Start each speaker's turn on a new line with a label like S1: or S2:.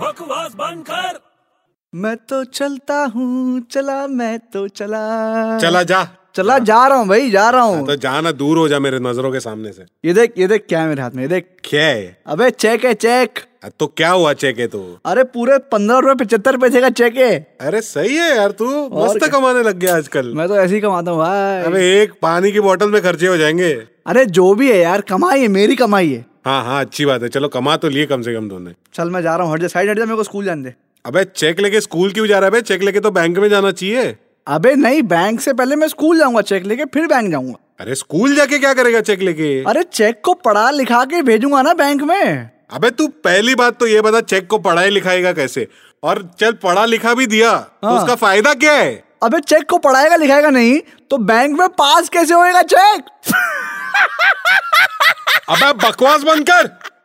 S1: बस बंद कर
S2: मैं तो चलता हूँ चला मैं तो चला
S3: चला जा
S2: चला जा रहा हूँ भाई जा रहा हूँ
S3: तो जाना दूर हो जा मेरे नजरों के सामने से
S2: ये देख ये देख क्या है मेरे हाथ में ये देख
S3: क्या है
S2: अबे चेक है चेक
S3: तो क्या हुआ चेके तो
S2: अरे पूरे पंद्रह रुपए पचहत्तर पैसे का चेक है
S3: अरे सही है यार तू तो मस्त
S2: क्या?
S3: कमाने लग गया आजकल
S2: मैं तो ऐसे ही कमाता हूँ भाई
S3: अबे एक पानी की बोतल में खर्चे हो जाएंगे
S2: अरे जो भी है यार कमाई है मेरी कमाई है
S3: हाँ हाँ अच्छी बात है चलो कमा तो लिए कम से कम दोनों
S2: चल मैं जा रहा हूँ हट जा साइड हट जा मेरे को स्कूल जाने दे
S3: अबे चेक लेके स्कूल क्यों जा रहा है बे? चेक लेके तो बैंक में जाना चाहिए
S2: अबे नहीं बैंक से पहले मैं स्कूल जाऊंगा चेक लेके फिर बैंक जाऊंगा
S3: अरे स्कूल जाके क्या करेगा चेक लेके
S2: अरे चेक को पढ़ा लिखा के भेजूंगा ना बैंक में
S3: अबे तू पहली बात तो ये बता चेक को पढ़ाई लिखाएगा कैसे और चल पढ़ा लिखा भी दिया तो
S2: हाँ।
S3: उसका फायदा क्या है
S2: अबे चेक को पढ़ाएगा लिखाएगा नहीं तो बैंक में पास कैसे होएगा चेक
S3: अबे बकवास बंद कर